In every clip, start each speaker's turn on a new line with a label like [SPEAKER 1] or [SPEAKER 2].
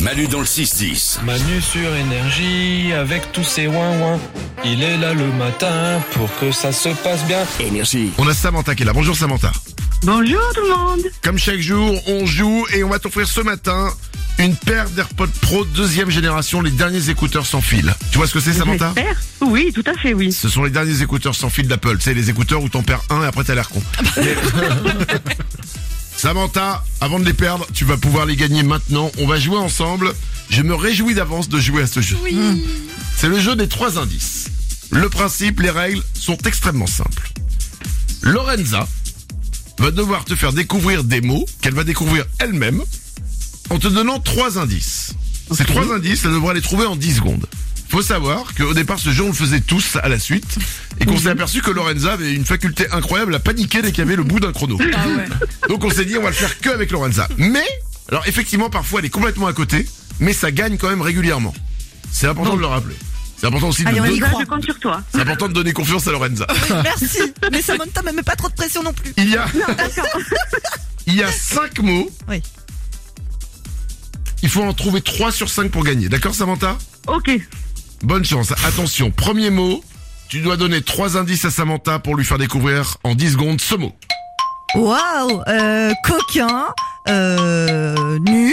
[SPEAKER 1] Manu dans le 6-10.
[SPEAKER 2] Manu sur énergie avec tous ses ouin-ouin. Il est là le matin pour que ça se passe bien.
[SPEAKER 1] Énergie.
[SPEAKER 3] On a Samantha qui est là. Bonjour Samantha.
[SPEAKER 4] Bonjour tout le monde.
[SPEAKER 3] Comme chaque jour, on joue et on va t'offrir ce matin une paire d'AirPods Pro deuxième génération, les derniers écouteurs sans fil. Tu vois ce que c'est Samantha
[SPEAKER 4] J'espère. Oui, tout à fait, oui.
[SPEAKER 3] Ce sont les derniers écouteurs sans fil d'Apple. C'est les écouteurs où t'en perds un et après t'as l'air con. Mais- Samantha, avant de les perdre, tu vas pouvoir les gagner maintenant. On va jouer ensemble. Je me réjouis d'avance de jouer à ce jeu. Hmm. C'est le jeu des trois indices. Le principe, les règles sont extrêmement simples. Lorenza va devoir te faire découvrir des mots qu'elle va découvrir elle-même en te donnant trois indices. Ces trois indices, elle devra les trouver en 10 secondes. Faut savoir qu'au départ, ce jeu, on le faisait tous à la suite et
[SPEAKER 5] Mhm.
[SPEAKER 3] qu'on s'est aperçu que Lorenza avait une faculté incroyable à paniquer dès qu'il y avait le bout d'un chrono. Donc on s'est dit, on va le faire que avec Lorenza. Mais, alors effectivement, parfois, elle est complètement à côté, mais ça gagne quand même régulièrement. C'est important de le rappeler. C'est important aussi de,
[SPEAKER 5] Allez, on y
[SPEAKER 3] don-
[SPEAKER 4] Là,
[SPEAKER 5] croit.
[SPEAKER 4] je compte sur toi.
[SPEAKER 3] c'est important de donner confiance à Lorenza.
[SPEAKER 5] Oui, merci. Mais Samantha me met pas trop de pression non plus.
[SPEAKER 3] Il y a, il y a cinq mots.
[SPEAKER 5] Oui.
[SPEAKER 3] Il faut en trouver trois sur cinq pour gagner. D'accord, Samantha
[SPEAKER 4] Ok.
[SPEAKER 3] Bonne chance. Attention, premier mot. Tu dois donner trois indices à Samantha pour lui faire découvrir en 10 secondes ce mot.
[SPEAKER 5] Waouh, euh, coquin, euh, nu,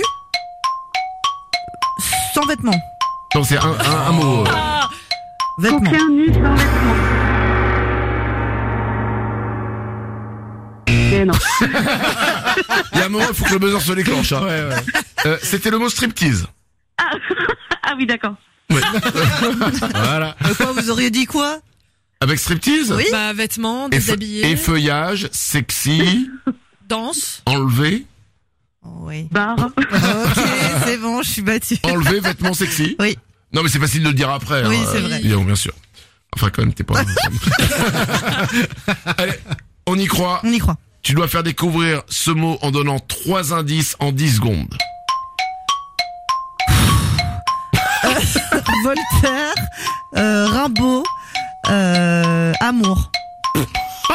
[SPEAKER 5] sans vêtements.
[SPEAKER 3] Non, c'est un, un- un mot. euh.
[SPEAKER 5] Vêtements.
[SPEAKER 4] Aucun nu sans vêtements. Eh non.
[SPEAKER 3] Il y a un moment, il faut que le buzzer se déclenche. hein. Euh, C'était le mot striptease.
[SPEAKER 4] Ah, ah oui, d'accord.
[SPEAKER 3] Voilà.
[SPEAKER 5] Euh, Quoi, vous auriez dit quoi
[SPEAKER 3] Avec striptease
[SPEAKER 5] Oui.
[SPEAKER 6] Bah, vêtements,
[SPEAKER 3] Effe-
[SPEAKER 6] déshabillés,
[SPEAKER 3] effeuillage, sexy,
[SPEAKER 6] danse.
[SPEAKER 3] enlevé,
[SPEAKER 5] Oui.
[SPEAKER 4] Barre.
[SPEAKER 5] Ok, c'est bon, je suis battue.
[SPEAKER 3] enlevé, vêtements sexy.
[SPEAKER 5] Oui.
[SPEAKER 3] Non, mais c'est facile de le dire après.
[SPEAKER 5] Oui,
[SPEAKER 3] hein,
[SPEAKER 5] c'est
[SPEAKER 3] euh,
[SPEAKER 5] vrai.
[SPEAKER 3] évidemment, bien sûr. Enfin, quand même, t'es pas. Allez, on y croit.
[SPEAKER 5] On y croit.
[SPEAKER 3] Tu dois faire découvrir ce mot en donnant trois indices en 10 secondes.
[SPEAKER 5] Voltaire, euh, Rimbaud, euh, amour.
[SPEAKER 3] Oh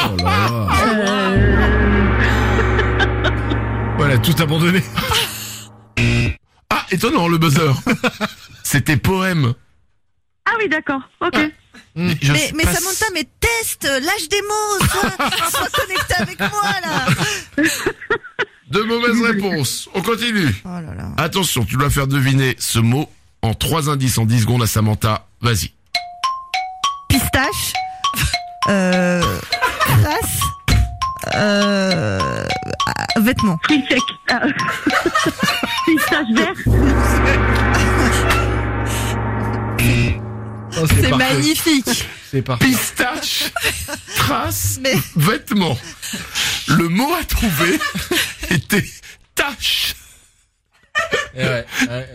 [SPEAKER 3] Voilà, tout abandonné. ah, étonnant le buzzer. C'était poème.
[SPEAKER 4] Ah oui, d'accord. Ok.
[SPEAKER 3] Je
[SPEAKER 5] Mais,
[SPEAKER 3] sais
[SPEAKER 5] mais
[SPEAKER 3] pas
[SPEAKER 5] Samantha,
[SPEAKER 3] si-
[SPEAKER 5] mais teste, lâche des mots, sois, sois connecté avec moi là.
[SPEAKER 3] De mauvaises réponses. On continue.
[SPEAKER 5] Oh là là.
[SPEAKER 3] Attention, tu dois faire deviner ce mot en trois indices en 10 secondes à Samantha. Vas-y.
[SPEAKER 5] pistache, euh, crasse, euh, ah, vêtements.
[SPEAKER 4] Fruits secs. Ah. Pistache vert.
[SPEAKER 6] C'est magnifique.
[SPEAKER 3] Pistache, trace,
[SPEAKER 5] Mais-
[SPEAKER 3] vêtements. Le mot à trouver était tâche.
[SPEAKER 6] Eh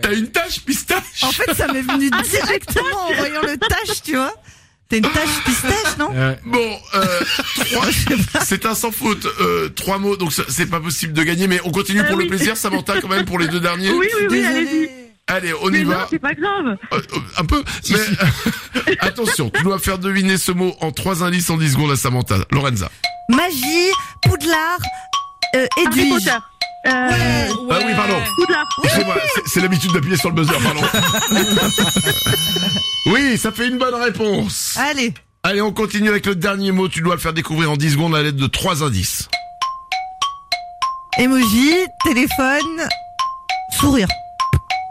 [SPEAKER 3] T'as une tâche pistache
[SPEAKER 5] En fait, ça m'est venu directement en voyant le tache, tu vois. T'es une tache pistache,
[SPEAKER 6] eh
[SPEAKER 5] non
[SPEAKER 3] Bon, euh, trois- c'est un sans faute. euh, trois mots, donc ça- c'est pas possible de gagner, mais on continue
[SPEAKER 4] Ah
[SPEAKER 3] pour le
[SPEAKER 4] oui.
[SPEAKER 3] plaisir. Samantha, quand même, pour les deux derniers.
[SPEAKER 4] Oui, oui, oui,
[SPEAKER 5] Désolée.
[SPEAKER 4] allez-y.
[SPEAKER 3] Allez, on y
[SPEAKER 4] Mais non,
[SPEAKER 3] va.
[SPEAKER 4] c'est pas grave.
[SPEAKER 3] Euh, euh, un peu, mais attention, tu dois faire deviner ce mot en trois indices en 10 secondes à Samantha. Lorenza.
[SPEAKER 5] Magie, poudlard, euh,
[SPEAKER 4] Harry
[SPEAKER 5] Edwige.
[SPEAKER 4] Potter. Euh,
[SPEAKER 3] Ah oui, pardon.
[SPEAKER 4] Poudlard.
[SPEAKER 3] Excusez-moi, c'est- c'est l'habitude d'appuyer sur le buzzer, pardon. oui, ça fait une bonne réponse.
[SPEAKER 4] Ah.
[SPEAKER 5] Allez,
[SPEAKER 3] Allez, on continue avec le dernier mot. Tu dois le faire découvrir en 10 secondes à l'aide de trois indices.
[SPEAKER 5] emoji, téléphone, sourire.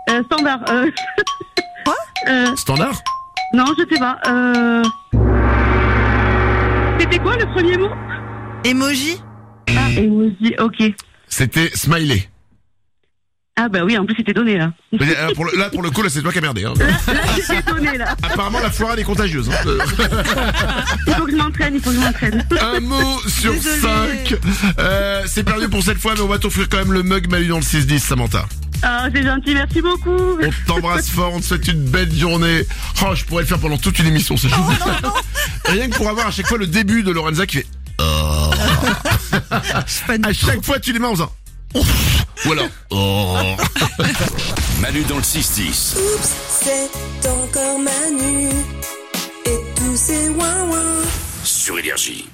[SPEAKER 4] Euh, standard. Euh,
[SPEAKER 5] Quoi
[SPEAKER 4] euh,
[SPEAKER 3] Standard
[SPEAKER 4] Non, je sais pas. Euh... C'était quoi le premier mot
[SPEAKER 5] Emoji,
[SPEAKER 4] Ah, emoji, ok.
[SPEAKER 3] C'était smiley.
[SPEAKER 4] Ah bah oui, en plus c'était donné là.
[SPEAKER 3] Mais, euh, pour le- là, pour le coup, là, c'est toi qui as merdé. Hein.
[SPEAKER 4] Là c'était donné là.
[SPEAKER 3] Apparemment, la foire, elle est contagieuse. hein. Euh,
[SPEAKER 4] Il faut que je m'entraîne, il faut que je m'entraîne.
[SPEAKER 3] Un mot sur
[SPEAKER 5] Désolée.
[SPEAKER 3] cinq. Euh, c'est perdu pour cette fois, mais on va t'offrir quand même le mug Malu dans le 6-10, Samantha.
[SPEAKER 4] Ah, c'est gentil, merci beaucoup.
[SPEAKER 3] On t'embrasse fort, on te souhaite une belle journée. Oh, je pourrais le faire pendant toute une émission,
[SPEAKER 5] Oh,
[SPEAKER 3] c'est chouette. Rien que pour avoir à chaque fois le début de Lorenza qui fait... Oh.
[SPEAKER 5] je suis pas une
[SPEAKER 3] À chaque fois, tu les mets en faisant... Ouf. Ou alors... Oh.
[SPEAKER 1] Manu dans le 6-10.
[SPEAKER 7] Oups, c'est encore Manu et tous ces ouin-ouin.
[SPEAKER 1] Sur Énergie.